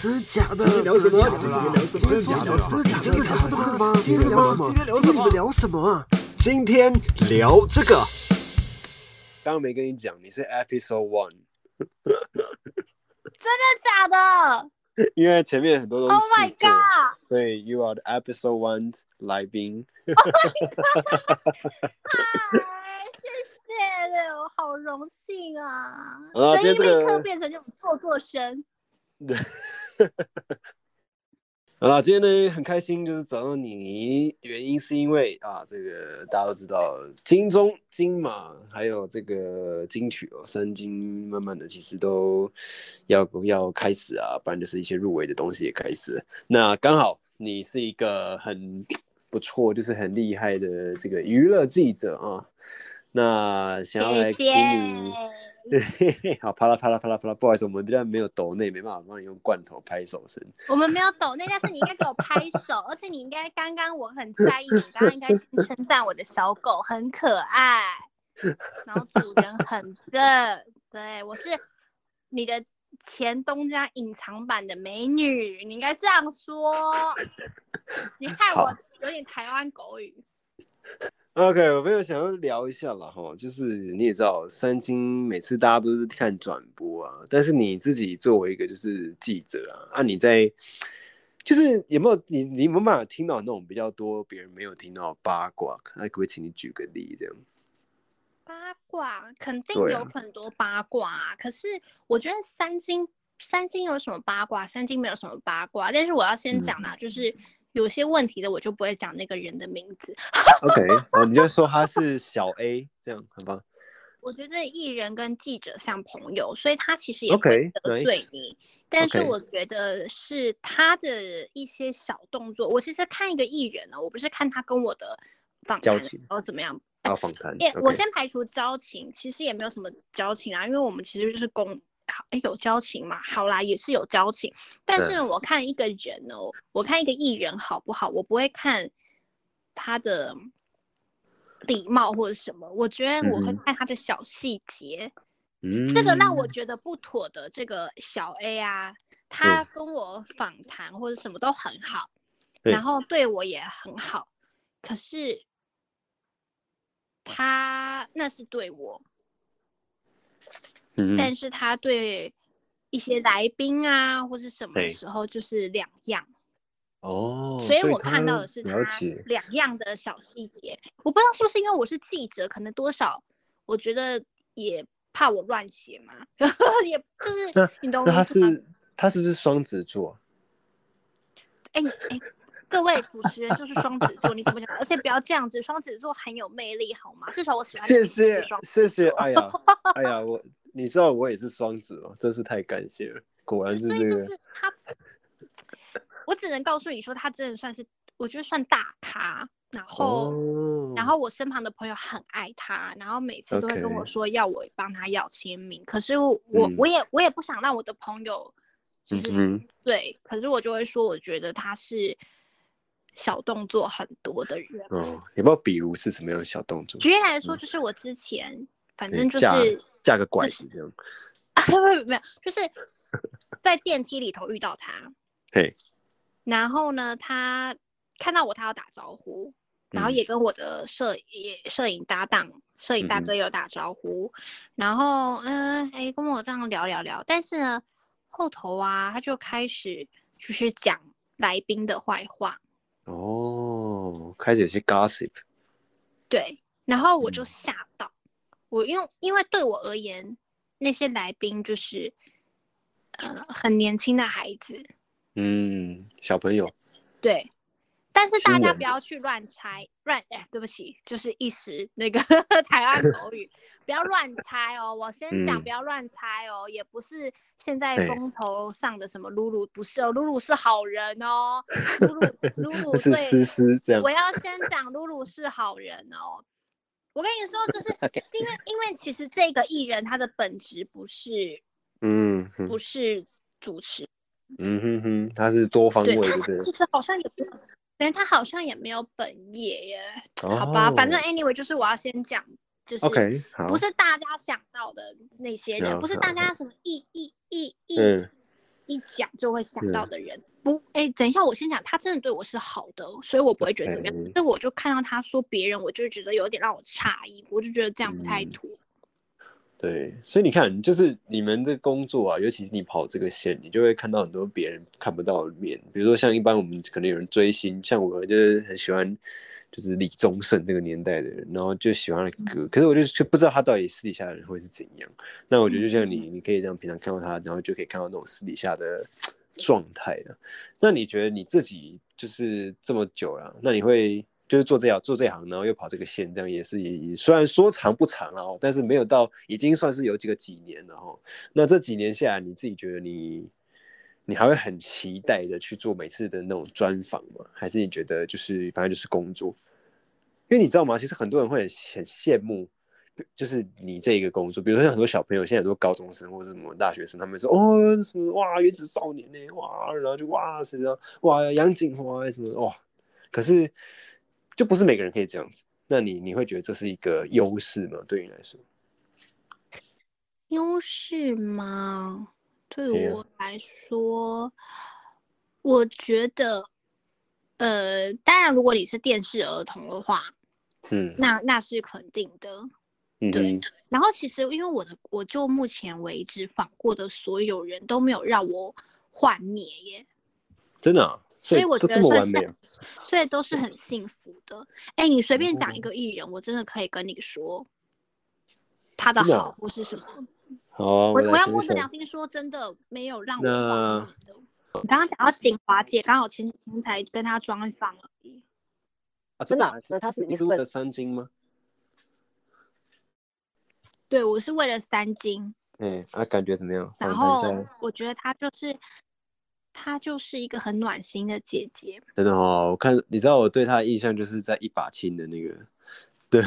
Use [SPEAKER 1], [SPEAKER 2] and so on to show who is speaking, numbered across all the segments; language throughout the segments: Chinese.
[SPEAKER 1] 真的假的？
[SPEAKER 2] 今天聊什么
[SPEAKER 1] 真的假的啦？
[SPEAKER 2] 今天聊什么
[SPEAKER 1] 今天聊什么
[SPEAKER 2] 今
[SPEAKER 1] 真
[SPEAKER 2] 天
[SPEAKER 1] 的
[SPEAKER 2] 聊
[SPEAKER 1] 聊
[SPEAKER 2] 什
[SPEAKER 1] 什
[SPEAKER 2] 么
[SPEAKER 1] 么？
[SPEAKER 2] 今
[SPEAKER 1] 今
[SPEAKER 2] 天
[SPEAKER 1] 天聊什么？今天你们聊什么啊？
[SPEAKER 2] 聊什么今天聊这个。刚刚没跟你讲，你是 Episode One，
[SPEAKER 3] 假的
[SPEAKER 2] 因为前面很多都是
[SPEAKER 3] ？Oh my
[SPEAKER 2] 试做
[SPEAKER 3] god！
[SPEAKER 2] 所以 You are the Episode One 来宾。
[SPEAKER 3] 哎，谢谢，我好荣幸啊！
[SPEAKER 2] 好啦
[SPEAKER 3] 声
[SPEAKER 2] 今天
[SPEAKER 3] 音
[SPEAKER 2] 这
[SPEAKER 3] 立
[SPEAKER 2] 个
[SPEAKER 3] 刻变成这种做作声。
[SPEAKER 2] 好啦，今天呢很开心，就是找到你，原因是因为啊，这个大家都知道，金钟、金马还有这个金曲哦，三金慢慢的其实都要要开始啊，不然就是一些入围的东西也开始了。那刚好你是一个很不错，就是很厉害的这个娱乐记者啊，那想要来
[SPEAKER 3] 谢
[SPEAKER 2] 给
[SPEAKER 3] 谢。
[SPEAKER 2] 你。 对，好，啪啦啪啦啪啦啪啦，不好意思，我们这边没有抖内，没办法帮你用罐头拍手声。
[SPEAKER 3] 我们没有抖那但是你应该给我拍手，而且你应该刚刚我很在意，你刚刚应该先称赞我的小狗很可爱，然后主人很正，对我是你的前东家隐藏版的美女，你应该这样说。你害我
[SPEAKER 2] 好
[SPEAKER 3] 有点台湾狗语，
[SPEAKER 2] OK，我朋友想要聊一下了哈，就是你也知道，三金每次大家都是看转播啊，但是你自己作为一个就是记者啊，啊你在就是有没有你你有没有办法听到那种比较多别人没有听到的八卦？那可不可以请你举个例这样？
[SPEAKER 3] 八卦肯定
[SPEAKER 2] 对啊
[SPEAKER 3] 有很多八卦、啊，可是我觉得三星三星有什么八卦，三星没有什么八卦。但是我要先
[SPEAKER 2] 嗯
[SPEAKER 3] 讲啦、就是有些问题的我就不会讲那个人的名字。
[SPEAKER 2] OK，哦，你就说他是小 A 这样，好吧
[SPEAKER 3] 我觉得艺人跟记者像朋友，所以他其实也不
[SPEAKER 2] OK，
[SPEAKER 3] 会得罪
[SPEAKER 2] nice
[SPEAKER 3] 你。但是
[SPEAKER 2] OK
[SPEAKER 3] 我觉得是他的一些小动作。我其实看一个艺人哦呢，我不是看他跟我的访
[SPEAKER 2] 交
[SPEAKER 3] 谈
[SPEAKER 2] 情
[SPEAKER 3] 哦怎么样，
[SPEAKER 2] 啊，访谈
[SPEAKER 3] 也、我
[SPEAKER 2] OK
[SPEAKER 3] 先排除交情，其实也没有什么交情啊，因为我们其实就是公，哎有交情嘛，好啦，也是有交情。但是
[SPEAKER 2] 对
[SPEAKER 3] 呢我看一个人哦，我看一个艺人好不好，我不会看他的礼貌或者什么，我觉得我
[SPEAKER 2] 嗯
[SPEAKER 3] 会
[SPEAKER 2] 哼
[SPEAKER 3] 看他的小细节。
[SPEAKER 2] 嗯
[SPEAKER 3] 这个让我觉得不妥的这个小 A 啊，他跟我访谈或者什么都很好，
[SPEAKER 2] 对
[SPEAKER 3] 然后对我也很好，可是他那是对我，
[SPEAKER 2] 嗯
[SPEAKER 3] 但是他对一些来宾啊或是什么
[SPEAKER 2] 对
[SPEAKER 3] 时候就是两样，
[SPEAKER 2] 哦，
[SPEAKER 3] 所以我看到的是他
[SPEAKER 2] 了解，
[SPEAKER 3] 两样的小细节。我不知道是不是因为我是记者，可能多少我觉得也怕我乱写嘛， 也就是你懂我
[SPEAKER 2] 那
[SPEAKER 3] 意
[SPEAKER 2] 他
[SPEAKER 3] 思吗？
[SPEAKER 2] 是他是不是双子座？啊
[SPEAKER 3] 哎你哎，各位主持人就是双子座，你怎么讲？而且不要这样子，双子座很有魅力，好吗？至少我喜欢的
[SPEAKER 2] 谢
[SPEAKER 3] 女
[SPEAKER 2] 谢
[SPEAKER 3] 生是双子
[SPEAKER 2] 谢谢，
[SPEAKER 3] 座
[SPEAKER 2] 哎 呀哎呀，我你知道我也是双子吗？真是太感谢了，果然是
[SPEAKER 3] 所
[SPEAKER 2] 这
[SPEAKER 3] 以就
[SPEAKER 2] 个
[SPEAKER 3] 是他，我只能告诉你说，他真的算是，我觉得算大咖。然后，
[SPEAKER 2] 哦
[SPEAKER 3] 然后我身旁的朋友很爱他，然后每次都会跟我
[SPEAKER 2] OK
[SPEAKER 3] 说要我帮他要签名。可是我、我
[SPEAKER 2] 嗯
[SPEAKER 3] 我也我也不想让我的朋友就是、
[SPEAKER 2] 嗯哼
[SPEAKER 3] 对，可是我就会说，我觉得他是小动作很多的人。
[SPEAKER 2] 哦，也不知道比如是什么样的小动作，
[SPEAKER 3] 举例来说，
[SPEAKER 2] 嗯
[SPEAKER 3] 就是我之前反
[SPEAKER 2] 哎
[SPEAKER 3] 正就
[SPEAKER 2] 架
[SPEAKER 3] 是
[SPEAKER 2] 架个拐子这样，
[SPEAKER 3] 啊，不不 没有，就是在电梯里头遇到他，
[SPEAKER 2] 嘿，
[SPEAKER 3] 然后呢，他看到我，他要打招呼，然后
[SPEAKER 2] 嗯
[SPEAKER 3] 也跟我的摄也摄影搭档、摄影
[SPEAKER 2] 嗯
[SPEAKER 3] 大
[SPEAKER 2] 哼
[SPEAKER 3] 哥有打招呼，然后嗯，哎、跟我这样聊聊聊，但是呢，后头啊，他就开始就是讲来宾的坏话，
[SPEAKER 2] 哦，开始有些 gossip，
[SPEAKER 3] 对，然后我就
[SPEAKER 2] 嗯
[SPEAKER 3] 吓到，我因为因为对我而言，那些来宾就是，呃，很年轻的孩子，
[SPEAKER 2] 嗯，小朋友，
[SPEAKER 3] 对。但是大
[SPEAKER 2] 新
[SPEAKER 3] 家
[SPEAKER 2] 人
[SPEAKER 3] 不要去乱猜，乱哎，对不起，就是一时那个 台湾口语，不要乱猜哦。我先讲，
[SPEAKER 2] 嗯
[SPEAKER 3] 不要乱猜哦，也不是现在
[SPEAKER 2] 对
[SPEAKER 3] 风头上的什么露露，不是哦，露露是好人哦，露 露露露
[SPEAKER 2] 是
[SPEAKER 3] 对
[SPEAKER 2] 思思这样
[SPEAKER 3] 我，要先讲露露是好人哦。我跟你说，就是 因为因为其实这个艺人他的本质不是
[SPEAKER 2] 嗯哼
[SPEAKER 3] 不是主持，
[SPEAKER 2] 嗯哼哼，他是多方
[SPEAKER 3] 对
[SPEAKER 2] 位的，
[SPEAKER 3] 他
[SPEAKER 2] 对
[SPEAKER 3] 其实好像也不是，连他好像也没有本业耶。
[SPEAKER 2] 不对，
[SPEAKER 3] 好吧，反正
[SPEAKER 2] 哦
[SPEAKER 3] anyway 就是我要先讲，就是
[SPEAKER 2] OK 好，
[SPEAKER 3] 不是大家想到的那些人，不是大家什么艺艺艺艺
[SPEAKER 2] 嗯
[SPEAKER 3] 一讲就会想到的人。不，哎，等一下，我先讲，他真的对我是好的，哦所以我不会觉得怎么样。
[SPEAKER 2] OK
[SPEAKER 3] 但我就看到他说别人，我就觉得有点让我诧异，我就觉得这样不太
[SPEAKER 2] 嗯
[SPEAKER 3] 妥。
[SPEAKER 2] 对，所以你看，就是你们的工作啊，尤其是你跑这个线，你就会看到很多别人看不到的面。比如说，像一般我们可能有人追星，像我就是很喜欢，就是李宗盛这个年代的人，然后就喜欢他的歌，可是我就就不知道他到底私底下的人会是怎样。那我觉得就像你，你可以这样平常看到他，然后就可以看到那种私底下的状态啊的。那你觉得你自己就是这么久了、那你会就是做这行做这行，然后又跑这个线，这样也是也也虽然说长不长了哦，但是没有到已经算是有几个几年了哦。那这几年下来，你自己觉得你你还会很期待的去做每次的那种专访吗？还是你觉得就是反正就是工作？因为你知道吗？其实很多人会很很羡慕。就是你这个工作，比如说像很多小朋友，现在很多高中生或者什么大学生，他们说哦什么哇原子少年呢、哇，然后就哇谁知道哇杨景华啊什么哇，可是就不是每个人可以这样子。那你你会觉得这是一个优势吗？对你来说，
[SPEAKER 3] 优势吗？
[SPEAKER 2] 对
[SPEAKER 3] 对
[SPEAKER 2] 呀
[SPEAKER 3] 我来说，我觉得，呃，当然，如果你是电视儿童的话，
[SPEAKER 2] 嗯
[SPEAKER 3] 那那是肯定的。
[SPEAKER 2] 嗯
[SPEAKER 3] 对
[SPEAKER 2] 哼
[SPEAKER 3] 然后其实因为我的，我就目前为止访过的所有人都没有让我幻灭耶，
[SPEAKER 2] 真的、啊，
[SPEAKER 3] 所
[SPEAKER 2] 以
[SPEAKER 3] 以我
[SPEAKER 2] 都
[SPEAKER 3] 觉
[SPEAKER 2] 这
[SPEAKER 3] 得
[SPEAKER 2] 么
[SPEAKER 3] 算
[SPEAKER 2] 完
[SPEAKER 3] 是
[SPEAKER 2] 美啊，
[SPEAKER 3] 所以都是很幸福的。哎，你随便讲一个艺人，我真的可以跟你说他的
[SPEAKER 2] 真的啊
[SPEAKER 3] 好或是什么。
[SPEAKER 2] 好啊，
[SPEAKER 3] 我
[SPEAKER 2] 来
[SPEAKER 3] 我要
[SPEAKER 2] 想一
[SPEAKER 3] 摸着
[SPEAKER 2] 想
[SPEAKER 3] 良心说，真的没有让我
[SPEAKER 2] 那
[SPEAKER 3] 忘记的。你刚刚讲到景华姐，刚好前几天才跟她专访而已。
[SPEAKER 2] 啊，
[SPEAKER 4] 真的啊
[SPEAKER 2] 啊
[SPEAKER 4] 那他是你
[SPEAKER 2] 你
[SPEAKER 4] 是
[SPEAKER 2] 是
[SPEAKER 4] 问
[SPEAKER 2] 为了三金吗？
[SPEAKER 3] 对我是为了三金，
[SPEAKER 2] 哎、啊，感觉怎么样？
[SPEAKER 3] 然
[SPEAKER 2] 访
[SPEAKER 3] 后
[SPEAKER 2] 谈一下，
[SPEAKER 3] 我觉得她就是她就是一个很暖心的姐姐。
[SPEAKER 2] 真的哦，我看你知道我对他的印象就是在一把青的那个的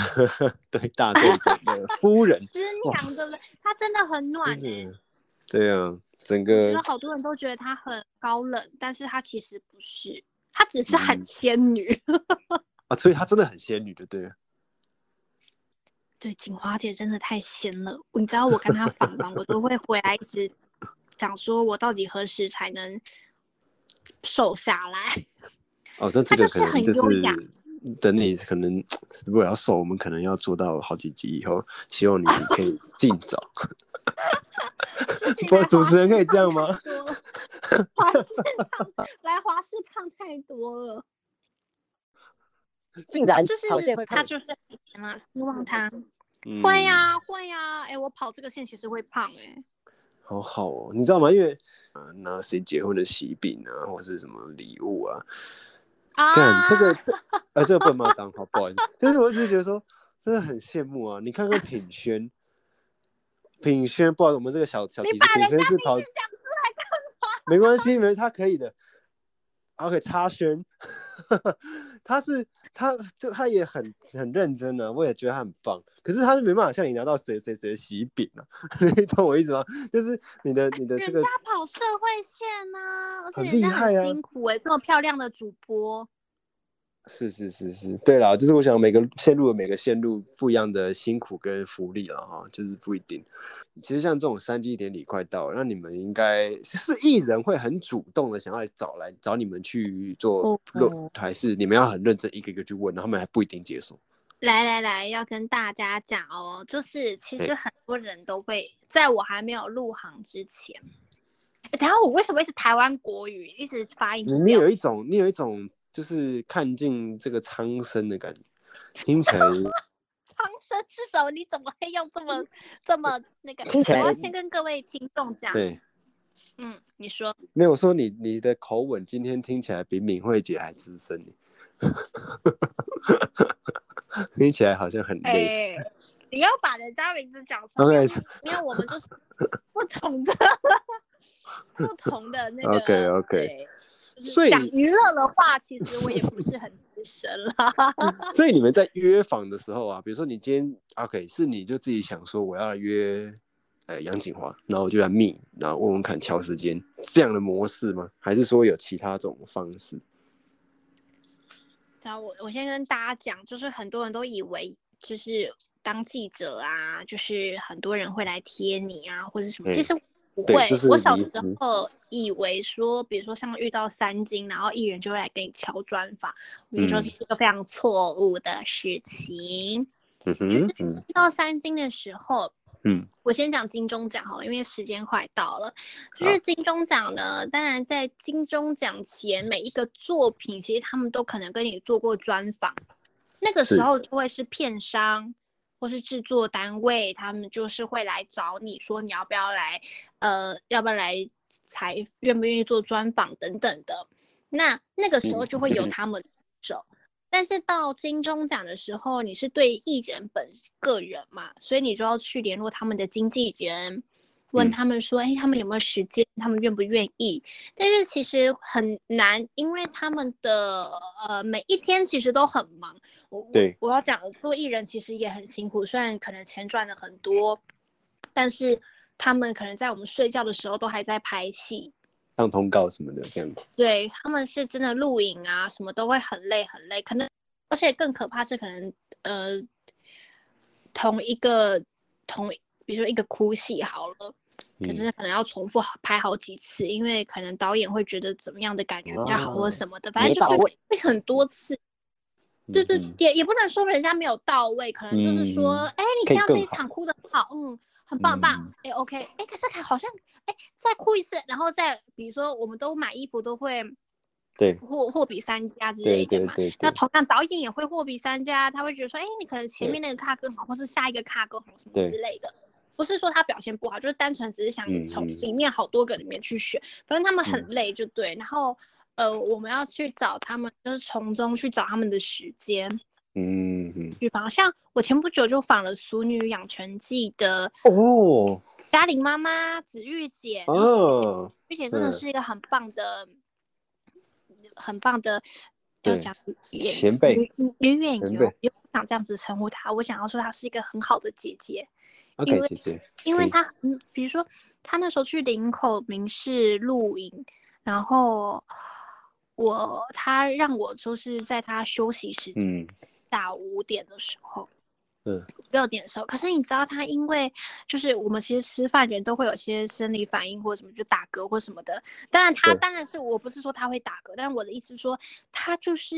[SPEAKER 2] 对 大 队长的夫人，
[SPEAKER 3] 师娘的人，她真的很暖欸、
[SPEAKER 2] 嗯，对啊，整
[SPEAKER 3] 我觉
[SPEAKER 2] 个
[SPEAKER 3] 得好多人都觉得她很高冷，但是她其实不是，她只是很
[SPEAKER 2] 嗯
[SPEAKER 3] 仙女。
[SPEAKER 2] 啊，所以她真的很仙女，就对了。
[SPEAKER 3] 对，锦华姐真的太仙了。你知道我跟她访完，我都会回来一直想说，我到底何时才能瘦下 来？
[SPEAKER 2] 哦，那这个
[SPEAKER 3] 她就是
[SPEAKER 2] 可能就
[SPEAKER 3] 很优
[SPEAKER 2] 是
[SPEAKER 3] 雅
[SPEAKER 2] 等你可能如果要瘦，我们可能要做到好几集以后，希望你可以尽 早。不
[SPEAKER 3] 来
[SPEAKER 2] 主
[SPEAKER 3] 华
[SPEAKER 2] 持人
[SPEAKER 3] 视
[SPEAKER 2] 可以这
[SPEAKER 3] 胖
[SPEAKER 2] 样吗
[SPEAKER 3] 太多了？华视胖 来华视胖太多了，
[SPEAKER 4] 竟然
[SPEAKER 3] 就是
[SPEAKER 4] 好像会
[SPEAKER 3] 她
[SPEAKER 4] 看
[SPEAKER 3] 就是很甜啦，希望她
[SPEAKER 2] 嗯
[SPEAKER 3] 会呀、会呀、哎、我跑这个线其实会胖哎、
[SPEAKER 2] 好好哦，你知道吗？因为呃，拿谁结婚的喜饼啊，或是什么礼物啊，看
[SPEAKER 3] 啊，
[SPEAKER 2] 这个这呃，这个不能骂脏话，不好意思。但是我只是觉得说，真的很羡慕啊！你看看品轩，品轩，不好意思，我们这个小小
[SPEAKER 3] 你
[SPEAKER 2] 提示
[SPEAKER 3] 把，
[SPEAKER 2] 品
[SPEAKER 3] 人
[SPEAKER 2] 轩
[SPEAKER 3] 家
[SPEAKER 2] 是
[SPEAKER 3] 名
[SPEAKER 2] 跑，
[SPEAKER 3] 字讲出来干
[SPEAKER 2] 没关系，没他可以的。OK，插轩， 他是他就他也很很认真啊，我也觉得他很棒。可是他是没办法像你拿到谁谁谁的喜饼啊， 你懂我意思吗？就是你的你的这
[SPEAKER 3] 人
[SPEAKER 2] 个
[SPEAKER 3] 家跑社会线呢、而且
[SPEAKER 2] 很
[SPEAKER 3] 人家
[SPEAKER 2] 厉害
[SPEAKER 3] 很
[SPEAKER 2] 啊
[SPEAKER 3] 辛苦哎、这么漂亮的主播，
[SPEAKER 2] 是是是是，对啦，就是我想每个线路有每个线路不一样的辛苦跟福利了哈，就是不一定。其实像这种三季典礼快到了，那你们应该是艺人会很主动的想要来找来找你们去做
[SPEAKER 3] 哦
[SPEAKER 2] 录，还是你们要很认真一个一个去问，然后他们还不一定接受。
[SPEAKER 3] 来来来，要跟大家讲哦，就是其
[SPEAKER 2] 嘿
[SPEAKER 3] 实很多人都会，在我还没有入行之前，诶等一下我为什么一直台湾国语，一直发音
[SPEAKER 2] 你
[SPEAKER 3] 不
[SPEAKER 2] 你
[SPEAKER 3] 标
[SPEAKER 2] 有一种你有一种就是看尽这个苍生的感觉，听起来
[SPEAKER 3] 苍生是什么？你怎么会用这么这么那个？
[SPEAKER 4] 听起来
[SPEAKER 3] 我要先跟各位听众讲，
[SPEAKER 2] 对。
[SPEAKER 3] 嗯，你说
[SPEAKER 2] 没有我说你你的口吻今天听起来比敏慧姐还资深呢， 听起来好像很
[SPEAKER 3] 哎、
[SPEAKER 2] 累。
[SPEAKER 3] 你要把人家名字讲出来
[SPEAKER 2] OK
[SPEAKER 3] 因为我 们就是不同的不同的那个。
[SPEAKER 2] OK OK
[SPEAKER 3] 对就是
[SPEAKER 2] 所以
[SPEAKER 3] 讲娱乐的话，其实我也不是很资深了。
[SPEAKER 2] 所以你们在约访的时候啊，比如说你今天 OK 是你就自己想说我要约呃杨景华，然后我就来密，然后问问看敲时间这样的模式吗？还是说有其他种方式？
[SPEAKER 3] 然后啊我我先跟大家讲，就是很多人都以为就是当记者啊，就是很多人会来贴你啊，或者什么。
[SPEAKER 2] 嗯
[SPEAKER 3] 其实不
[SPEAKER 2] 对
[SPEAKER 3] 会
[SPEAKER 2] 这是，
[SPEAKER 3] 我小
[SPEAKER 2] 迷
[SPEAKER 3] 时
[SPEAKER 2] 思
[SPEAKER 3] 候以为说，比如说像遇到三金，然后艺人就会来给你敲砖法，我跟你
[SPEAKER 2] 嗯
[SPEAKER 3] 说这是一个非常错误的事情。
[SPEAKER 2] 嗯哼，嗯
[SPEAKER 3] 遇到三金的时候，
[SPEAKER 2] 嗯
[SPEAKER 3] 我先讲金钟奖好了，因为时间快到了。就是金钟奖呢，当然在金钟奖前每一个作品，其实他们都可能跟你做过专访，那个
[SPEAKER 2] 是
[SPEAKER 3] 时候就会是片商或是制作单位，他们就是会来找你说你要不要来，呃，要不要来采，愿不愿意做专访等等的。那那个时候就会有
[SPEAKER 2] 嗯
[SPEAKER 3] 他们的手。但是到金钟奖的时候，你是对艺人本个人嘛，所以你就要去联络他们的经纪人，
[SPEAKER 2] 嗯
[SPEAKER 3] 问他们说，哎、他们有没有时间，他们愿不愿意？但是其实很难，因为他们的呃每一天其实都很忙。我
[SPEAKER 2] 对
[SPEAKER 3] 我我要讲做艺人其实也很辛苦，虽然可能钱赚的很多，但是他们可能在我们睡觉的时候都还在拍戏，
[SPEAKER 2] 上通告什么的这样。
[SPEAKER 3] 对，他们是真的露营啊，什么都会很累很累，可能而且更可怕是可能呃，同一个同一比如说一个哭戏好了，可
[SPEAKER 2] 嗯
[SPEAKER 3] 是可能要重复好拍好几次，因为可能导演会觉得怎么样的感觉比较好或
[SPEAKER 2] 哦
[SPEAKER 3] 什么的，反正
[SPEAKER 4] 没
[SPEAKER 3] 就
[SPEAKER 4] 到
[SPEAKER 3] 会
[SPEAKER 4] 位
[SPEAKER 3] 会很多次。对对，
[SPEAKER 2] 嗯
[SPEAKER 3] 也也不能说人家没有到位，可能就是说
[SPEAKER 2] 嗯，
[SPEAKER 3] 哎、
[SPEAKER 2] 可以
[SPEAKER 3] 你像
[SPEAKER 2] 更
[SPEAKER 3] 这一
[SPEAKER 2] 好
[SPEAKER 3] 场哭的好，嗯，很棒很棒，哎、o k 哎、可是还好像，哎、再哭一次，然后再比如说，我们都买衣服都会
[SPEAKER 2] 对
[SPEAKER 3] 货货比三家之
[SPEAKER 2] 对
[SPEAKER 3] 类的
[SPEAKER 2] 对
[SPEAKER 3] 嘛。
[SPEAKER 2] 对
[SPEAKER 3] 那
[SPEAKER 2] 对，
[SPEAKER 3] 同样导演也会货比三家，他会觉得说，哎、你可能前
[SPEAKER 2] 对
[SPEAKER 3] 面那个卡更好，或是下一个卡更好什么
[SPEAKER 2] 对
[SPEAKER 3] 之类的。不是说他表现不好，就是单纯只是想
[SPEAKER 2] 嗯
[SPEAKER 3] 从
[SPEAKER 2] 嗯
[SPEAKER 3] 里面好多个里面去选，反正他们很
[SPEAKER 2] 嗯
[SPEAKER 3] 累就对。然后呃，我们要去找他们，就是从中去找他们的时间。
[SPEAKER 2] 嗯嗯
[SPEAKER 3] 去访，像我前不久就访了《俗女养成记》的
[SPEAKER 2] 哦
[SPEAKER 3] 嘉玲妈妈子玉姐，然后
[SPEAKER 2] 啊，
[SPEAKER 3] 玉姐真的
[SPEAKER 2] 嗯
[SPEAKER 3] 是一个很棒的、很棒的，就
[SPEAKER 2] 对
[SPEAKER 3] 讲演
[SPEAKER 2] 前辈
[SPEAKER 3] 女女演
[SPEAKER 2] 前
[SPEAKER 3] 员，
[SPEAKER 2] 辈
[SPEAKER 3] 我也不想这样子称呼她，我想要说她是一个很好的姐姐，因
[SPEAKER 2] OK
[SPEAKER 3] 为
[SPEAKER 2] 姐姐，
[SPEAKER 3] 因为
[SPEAKER 2] 对
[SPEAKER 3] 他很，比如说他那时候去林口民事露营，然后我他让我就是在他休息时间，
[SPEAKER 2] 嗯
[SPEAKER 3] 下午五点的时候，
[SPEAKER 2] 嗯，
[SPEAKER 3] 六点的时候。可是你知道他因为就是我们其实吃饭人都会有些生理反应或者什么，就打嗝或什么的。当然他
[SPEAKER 2] 对
[SPEAKER 3] 当然是我不是说他会打嗝，但是我的意思是说他就是。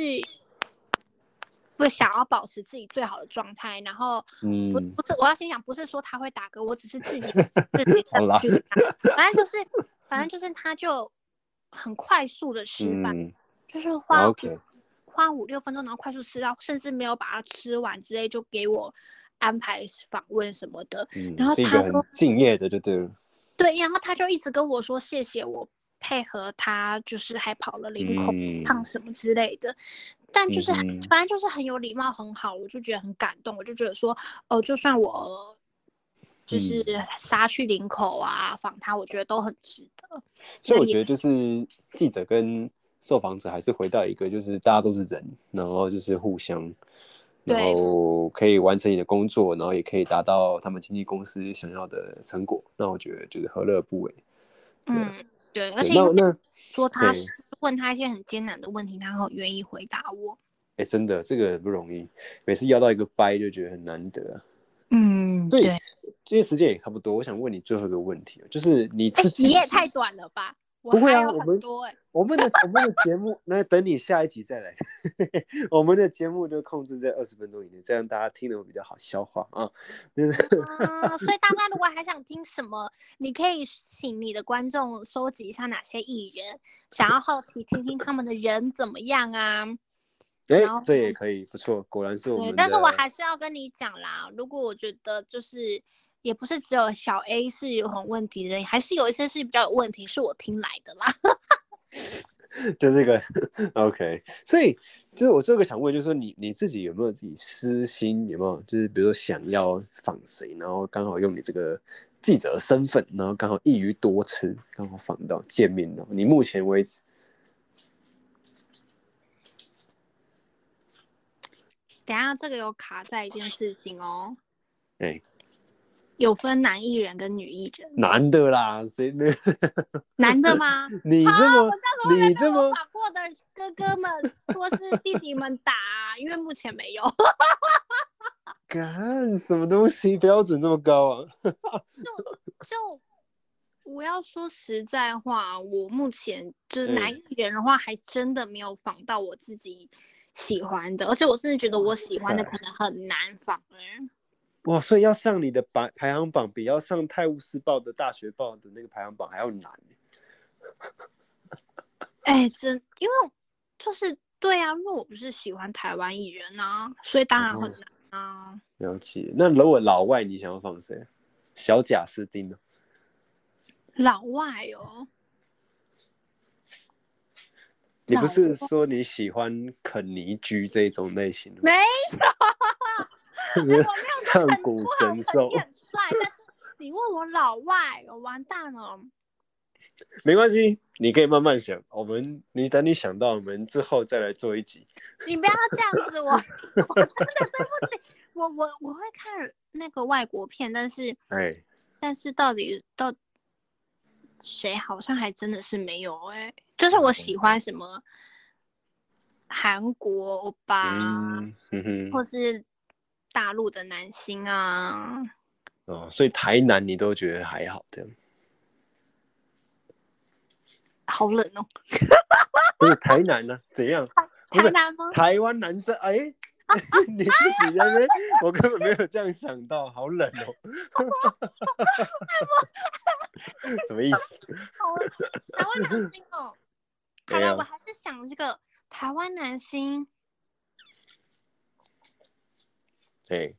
[SPEAKER 3] 会想要保持自己最好的状态，然后不
[SPEAKER 2] 嗯
[SPEAKER 3] 不是，我要先讲，不是说他会打嗝，我只是 自己自己
[SPEAKER 2] 好啦
[SPEAKER 3] 上去打，反正就是，反正就是他就很快 速的吃饭，
[SPEAKER 2] 嗯
[SPEAKER 3] 就是花
[SPEAKER 2] ，OK，
[SPEAKER 3] 花五六分钟，然后快速吃到，甚至没有把它吃完之类，就给我安排访问什么的。
[SPEAKER 2] 嗯
[SPEAKER 3] 然后，
[SPEAKER 2] 是一
[SPEAKER 3] 他
[SPEAKER 2] 个很
[SPEAKER 3] 说
[SPEAKER 2] 敬业的，就对了，
[SPEAKER 3] 对，然后他就一直跟我说谢谢我配合他，就是还跑了领口
[SPEAKER 2] 嗯
[SPEAKER 3] 胖什么之类的。但就是很
[SPEAKER 2] 嗯哼
[SPEAKER 3] 反正就是很有礼貌，很好，我就觉得很感动。我就觉得说，哦，就算
[SPEAKER 2] 嗯
[SPEAKER 3] 我就是杀去领口啊，访他，我觉得都很值得。
[SPEAKER 2] 所以我
[SPEAKER 3] 那也
[SPEAKER 2] 觉得就是记者跟受访者还是回到一个，就是大家都是人，然后就是互相，
[SPEAKER 3] 对
[SPEAKER 2] 然后可以完成你的工作，然后也可以达到他们经纪公司想要的成果。那我觉得就是何乐而不为。对
[SPEAKER 3] 嗯，对，而
[SPEAKER 2] 对，
[SPEAKER 3] 且
[SPEAKER 2] 那
[SPEAKER 3] 因为
[SPEAKER 2] 那
[SPEAKER 3] 说他
[SPEAKER 2] 对
[SPEAKER 3] 问他一些很艰难的问题，他很愿意回答我。
[SPEAKER 2] 哎，真的这个很不容易，每次要到一个掰就觉得很难得啊。
[SPEAKER 3] 嗯，
[SPEAKER 2] 对
[SPEAKER 3] 对。
[SPEAKER 2] 今天时间也差不多，我想问你最后一个问题哦，就是你
[SPEAKER 3] 哎
[SPEAKER 2] 自己
[SPEAKER 3] 你也太短了吧？我
[SPEAKER 2] 不会
[SPEAKER 3] 还
[SPEAKER 2] 啊
[SPEAKER 3] 有
[SPEAKER 2] 我
[SPEAKER 3] 很
[SPEAKER 2] 们
[SPEAKER 3] 多哎，
[SPEAKER 2] 我们的我们的节目，那等你下一集再来。 我们的节目就控制在二十分钟以内，这样大家听得比较好消化啊。
[SPEAKER 3] 啊，所以大家如果还想听什么，你可以请你的观众收集一下哪些艺人，想要好奇听听他们的人怎么样啊？
[SPEAKER 2] 哎、
[SPEAKER 3] 然后
[SPEAKER 2] 这也可以，不错，果然是我们
[SPEAKER 3] 嗯对
[SPEAKER 2] 的。，
[SPEAKER 3] 但是我还是要跟你讲啦，如果我觉得就是。也不是只有小 A 是有很问题的人，还是有一些是比较有问题，是我听来的啦。
[SPEAKER 2] 就是一个 OK，所以就是我最后一个想问，就是说你你自己有没有自己私心，有没有就是比如说想要访谁，然后刚好用你这个记者的身份，然后刚好一鱼多吃，刚好访到见面到你目前为止，
[SPEAKER 3] 等一下这个有卡在一件事情哦，
[SPEAKER 2] 哎、
[SPEAKER 3] 有分男艺人跟女艺人，
[SPEAKER 2] 男的啦，谁 没有
[SPEAKER 3] 男的吗？
[SPEAKER 2] 你这
[SPEAKER 3] 啊，
[SPEAKER 2] 么
[SPEAKER 3] 我 这样子会不
[SPEAKER 2] 你
[SPEAKER 3] 会
[SPEAKER 2] 这
[SPEAKER 3] 被
[SPEAKER 2] 么
[SPEAKER 3] 我法国的哥哥们或是弟弟们打啊、因为目前没有。
[SPEAKER 2] 干什么东西标准这么高啊？
[SPEAKER 3] 就就我要说实在话，啊我目前就是
[SPEAKER 2] 嗯
[SPEAKER 3] 男艺人的话，还真的没有仿到我自己喜欢的，而且我甚至觉得我喜欢的
[SPEAKER 2] 塞
[SPEAKER 3] 可能很难仿、哎
[SPEAKER 2] 哇，所以要上你的排排行榜，比要上《泰晤士报》的《大学报》的那个排行榜还要难。
[SPEAKER 3] 哎，真因为就是对啊，因为我不是喜欢台湾艺人啊，所以当然很
[SPEAKER 2] 哦
[SPEAKER 3] 难啊。
[SPEAKER 2] 了解。那如果老外，你想要放谁？小贾斯汀呢？
[SPEAKER 3] 老外 哦，
[SPEAKER 2] 你不是
[SPEAKER 3] 老
[SPEAKER 2] 说你喜欢肯尼居这种类型的吗？
[SPEAKER 3] 没
[SPEAKER 2] 有，
[SPEAKER 3] 我没有
[SPEAKER 2] 上古神兽
[SPEAKER 3] 我。很帅，但是你问我老外，我完蛋了。
[SPEAKER 2] 没关系，你可以慢慢想。我们你等你想到，我们之后再来做一集。
[SPEAKER 3] 你不要这样子，我我真的对不起，我我我会看那个外国片，但是
[SPEAKER 2] 哎，
[SPEAKER 3] 但是到底到谁好像还真的是没有哎、就是我喜欢什么韩国欧巴，
[SPEAKER 2] 嗯嗯哼，
[SPEAKER 3] 或是大陆的男星啊，
[SPEAKER 2] 哦，所以台南你都觉得还好这样，
[SPEAKER 3] 好冷哦，
[SPEAKER 2] 不是台南呢、怎样？不
[SPEAKER 3] 台
[SPEAKER 2] 是
[SPEAKER 3] 南吗？
[SPEAKER 2] 台湾男生哎， 你自己在 那边，我根本没有这样想到，好冷哦。 什么意思？
[SPEAKER 3] 好冷，台湾男星 哦。好
[SPEAKER 2] 没
[SPEAKER 3] 了，
[SPEAKER 2] 有
[SPEAKER 3] 我还是想这个台湾男星，
[SPEAKER 2] 哎，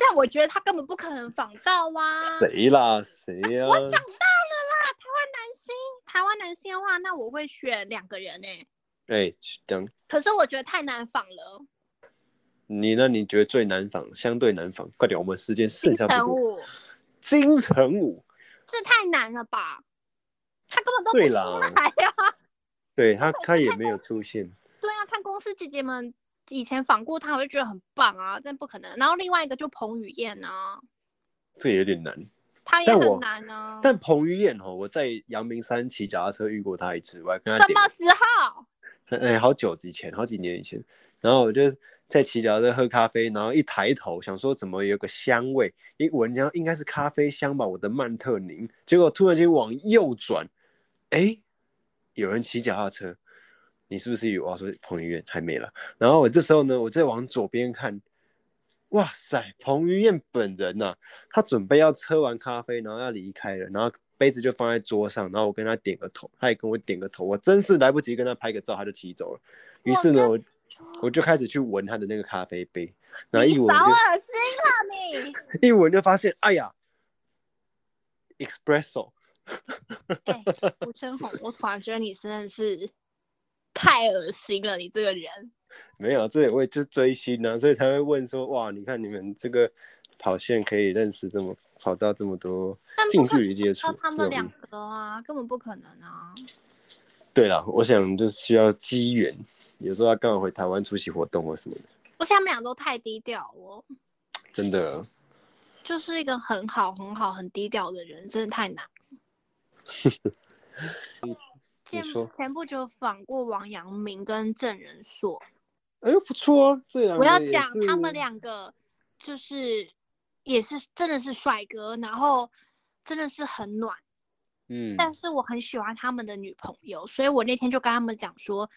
[SPEAKER 3] 但我觉得他根本不可能仿到啊。
[SPEAKER 2] 谁啦？谁啊呀、
[SPEAKER 3] 我想到了啦，台湾男星，台湾男星的话，那我会选两个人呢、欸
[SPEAKER 2] 哎，讲
[SPEAKER 3] 可是我觉得太难仿了，
[SPEAKER 2] 你那你觉得最难仿，相对难仿？快点，我们时间剩
[SPEAKER 3] 金
[SPEAKER 2] 下
[SPEAKER 3] 城
[SPEAKER 2] 不多。
[SPEAKER 3] 武
[SPEAKER 2] 金城武，
[SPEAKER 3] 这太难了吧？他根本都不
[SPEAKER 2] 对
[SPEAKER 3] 出
[SPEAKER 2] 啦
[SPEAKER 3] 来呀、
[SPEAKER 2] 对 他他也没有出现。
[SPEAKER 3] 对啊，看公司姐姐们以前仿过他，我就觉得很棒啊，但不可能。然后另外一个就彭于晏啊，
[SPEAKER 2] 这有点难。
[SPEAKER 3] 他也
[SPEAKER 2] 但我
[SPEAKER 3] 很难啊。
[SPEAKER 2] 但彭于晏哦，我在阳明山骑脚踏车遇过他一次，我还跟他
[SPEAKER 3] 什
[SPEAKER 2] 点
[SPEAKER 3] 么时候？
[SPEAKER 2] 哎，好久之前，好几年以前，然后我就在骑脚踏车喝咖啡，然后一抬头想说怎么有个香味，一闻然后应该是咖啡香吧，我的曼特宁，结果突然间往右转，哎，有人骑脚踏车，你是不是有？我说彭于晏还没了，然后我这时候呢，我再往左边看，哇塞，彭于晏本人呐、他准备要喝完咖啡，然后要离开了，然后杯子就放在桌上，然后我跟他点个头，他也跟我点个头，我真是来不及跟他拍个照，他就骑走了。于是呢，我我就开始去闻他的那个咖啡杯，然后
[SPEAKER 3] 你
[SPEAKER 2] 一
[SPEAKER 3] 少
[SPEAKER 2] 闻就
[SPEAKER 3] 恶心了 你！
[SPEAKER 2] 一闻就发现，哎呀，espresso，
[SPEAKER 3] 哎，吴成红，我突然觉得你真的是太恶心了，你这个人。
[SPEAKER 2] 没有，这也会就是追星啊，所以才会问说，哇，你看你们这个跑线可以认识这么跑到这么多
[SPEAKER 3] 但不
[SPEAKER 2] 近
[SPEAKER 3] 可
[SPEAKER 2] 距离接触
[SPEAKER 3] 到，他
[SPEAKER 2] 不容
[SPEAKER 3] 们
[SPEAKER 2] 易
[SPEAKER 3] 两个啊，根本不可能啊！
[SPEAKER 2] 对啦，我想就是需要机缘，有时候他刚好回台湾出席活动或什么的，
[SPEAKER 3] 而且他们俩都太低调哦，
[SPEAKER 2] 真的，
[SPEAKER 3] 就是一个很好、很好、很低调的人，真的太难。 前
[SPEAKER 2] 说
[SPEAKER 3] 前不久访过王阳明跟郑仁硕，
[SPEAKER 2] 哎呦不错啊，这两
[SPEAKER 3] 我
[SPEAKER 2] 个
[SPEAKER 3] 要
[SPEAKER 2] 也
[SPEAKER 3] 讲
[SPEAKER 2] 是
[SPEAKER 3] 他们两个就是也是真的是帅哥，然后真的是很暖。
[SPEAKER 2] 嗯，
[SPEAKER 3] 但是我很喜欢他们的女朋友，所以我那天就跟他们讲说，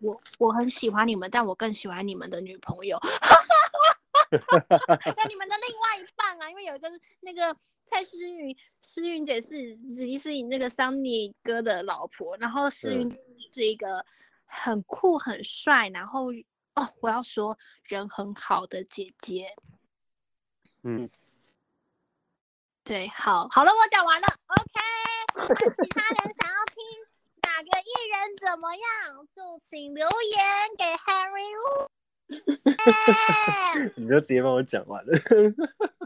[SPEAKER 3] 我我很喜欢你们，但我更喜欢你们的女朋友，那你们的另外一半啊，因为有一个那个蔡诗芸，诗芸姐是迪士尼那个桑尼哥的老婆，然后诗
[SPEAKER 2] 嗯
[SPEAKER 3] 芸是一个很酷很帅，然后哦，我要说人很好的姐姐，
[SPEAKER 2] 嗯，
[SPEAKER 3] 对，好，好了，我讲完了，OK。那其他人想要听哪个艺人怎么样，就请留言给 Harry Wu。耶
[SPEAKER 2] 你就直接帮我讲完了，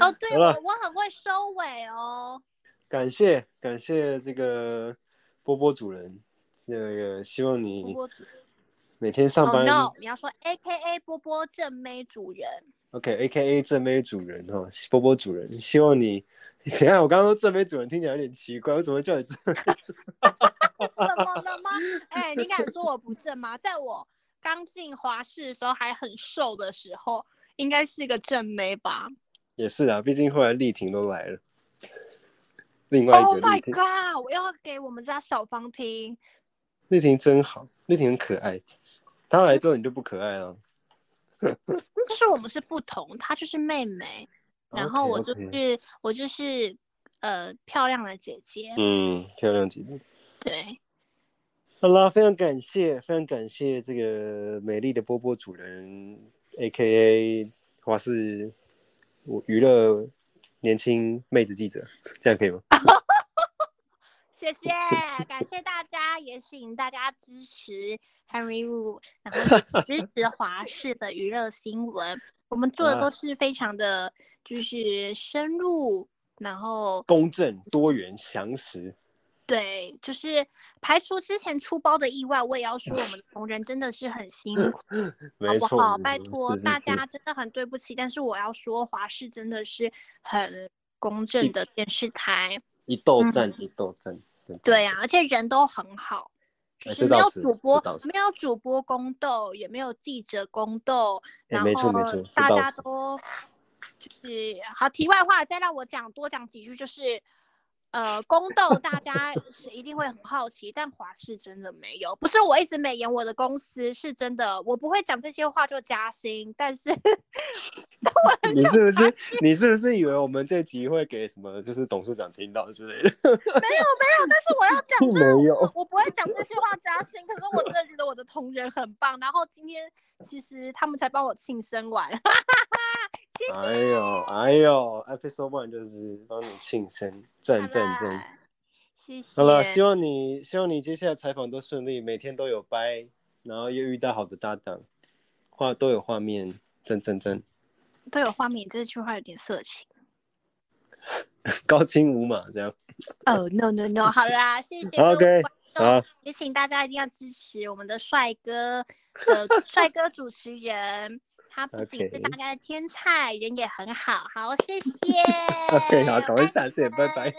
[SPEAKER 3] 哦，对，
[SPEAKER 2] 好了
[SPEAKER 3] 我我很会收尾哦。
[SPEAKER 2] 感谢感谢这个波波主人，那个希望
[SPEAKER 5] 嗯
[SPEAKER 3] 波
[SPEAKER 2] 你
[SPEAKER 3] 波主
[SPEAKER 2] 每天上
[SPEAKER 3] 哦
[SPEAKER 2] 班、
[SPEAKER 3] no，你要说 A K A 波波正妹 主人，
[SPEAKER 2] OK A K A 正妹主人哈，波波主人，希望你。 等一下，我刚刚说正妹主人听起来有点奇怪，我怎么会叫你正妹 主人？啊
[SPEAKER 3] 怎么 了吗？哎、你敢说我不正吗？在我刚进华视的时候还很瘦的时候，应该是一个正妹吧？
[SPEAKER 2] 也是啊，毕竟后来丽婷都来了。
[SPEAKER 5] 另外一
[SPEAKER 3] Oh
[SPEAKER 5] 个
[SPEAKER 3] my
[SPEAKER 5] 丽婷，
[SPEAKER 3] god！我要给我们家小芳听。
[SPEAKER 5] 丽婷真好，丽婷很可爱。她来之后你就不可爱了。
[SPEAKER 3] 就是我们是不同，她就是妹妹，然后我就是
[SPEAKER 5] OK，OK
[SPEAKER 3] 我就是呃漂亮的姐姐，
[SPEAKER 5] 嗯，漂亮姐姐。
[SPEAKER 3] 对，
[SPEAKER 5] 好啦，非常感谢，非常感谢这个美丽的波波主人，A K A 华视我娱乐年轻妹子记者，这样可以吗？
[SPEAKER 3] 谢谢，感谢大家，也请大家支持 Henry Wu，然后支 持华视的娱乐新闻，我们做的
[SPEAKER 5] 嗯
[SPEAKER 3] 都是非常的就是深入，然后
[SPEAKER 5] 公正、多元、详实。
[SPEAKER 3] 对，就是排除之前出包的意外，我也要说我们的同仁真的是很辛苦。好
[SPEAKER 5] 没
[SPEAKER 3] 不
[SPEAKER 5] 错，
[SPEAKER 3] 好？
[SPEAKER 5] 没
[SPEAKER 3] 拜
[SPEAKER 5] 错
[SPEAKER 3] 托
[SPEAKER 5] 是是
[SPEAKER 3] 大
[SPEAKER 5] 是
[SPEAKER 3] 家，真的很对不起，但是我要说，华视真的是很公正的电视台。
[SPEAKER 5] 一斗
[SPEAKER 3] 嗯
[SPEAKER 5] 战一斗战。真的
[SPEAKER 3] 对啊，而且人都很好，就
[SPEAKER 5] 哎
[SPEAKER 3] 是
[SPEAKER 5] 这
[SPEAKER 3] 没
[SPEAKER 5] 倒
[SPEAKER 3] 有
[SPEAKER 5] 是
[SPEAKER 3] 主
[SPEAKER 5] 这
[SPEAKER 3] 播
[SPEAKER 5] 倒是，
[SPEAKER 3] 没有主播宫斗，也没有记者宫斗，
[SPEAKER 5] 哎
[SPEAKER 3] 然
[SPEAKER 5] 没错
[SPEAKER 3] 后
[SPEAKER 5] 没错这
[SPEAKER 3] 大
[SPEAKER 5] 倒
[SPEAKER 3] 家
[SPEAKER 5] 是
[SPEAKER 3] 都就是好。题外话，再让我讲多讲几句，就是。呃，宫斗大 家是一定会很好奇，但华视真的没有，不是我一直美言我的公司是真的，我不会讲这些话就加薪，但是
[SPEAKER 5] 你是不是你是不是以为我们这集会给什么就是董事长听到之类的？
[SPEAKER 3] 是我要讲
[SPEAKER 5] 并 没有，
[SPEAKER 3] 我不会讲这些话加薪，可是我真的觉得我的同仁很棒。然后今天其实他们才帮我庆生完，
[SPEAKER 5] 哎呦哎呦，Episode One 就是帮你庆生，赞赞赞。
[SPEAKER 3] 谢谢。
[SPEAKER 5] 好了，希望你希望你接下来采访都顺利，每天都有掰，然后又遇到好的搭档，画都有画面，赞赞赞，
[SPEAKER 3] 都有画面，这句话有点色情。
[SPEAKER 5] 高清无码这样。
[SPEAKER 3] 哦、no no no，好啦，谢谢各
[SPEAKER 5] OK，
[SPEAKER 3] 位观众
[SPEAKER 5] 好
[SPEAKER 3] 也请大家一定要支持我们的帅哥的帅哥主持人。他不仅是
[SPEAKER 5] OK
[SPEAKER 3] 大家的天才人也很好。好，谢谢。
[SPEAKER 5] OK，好，赶快下线，拜拜。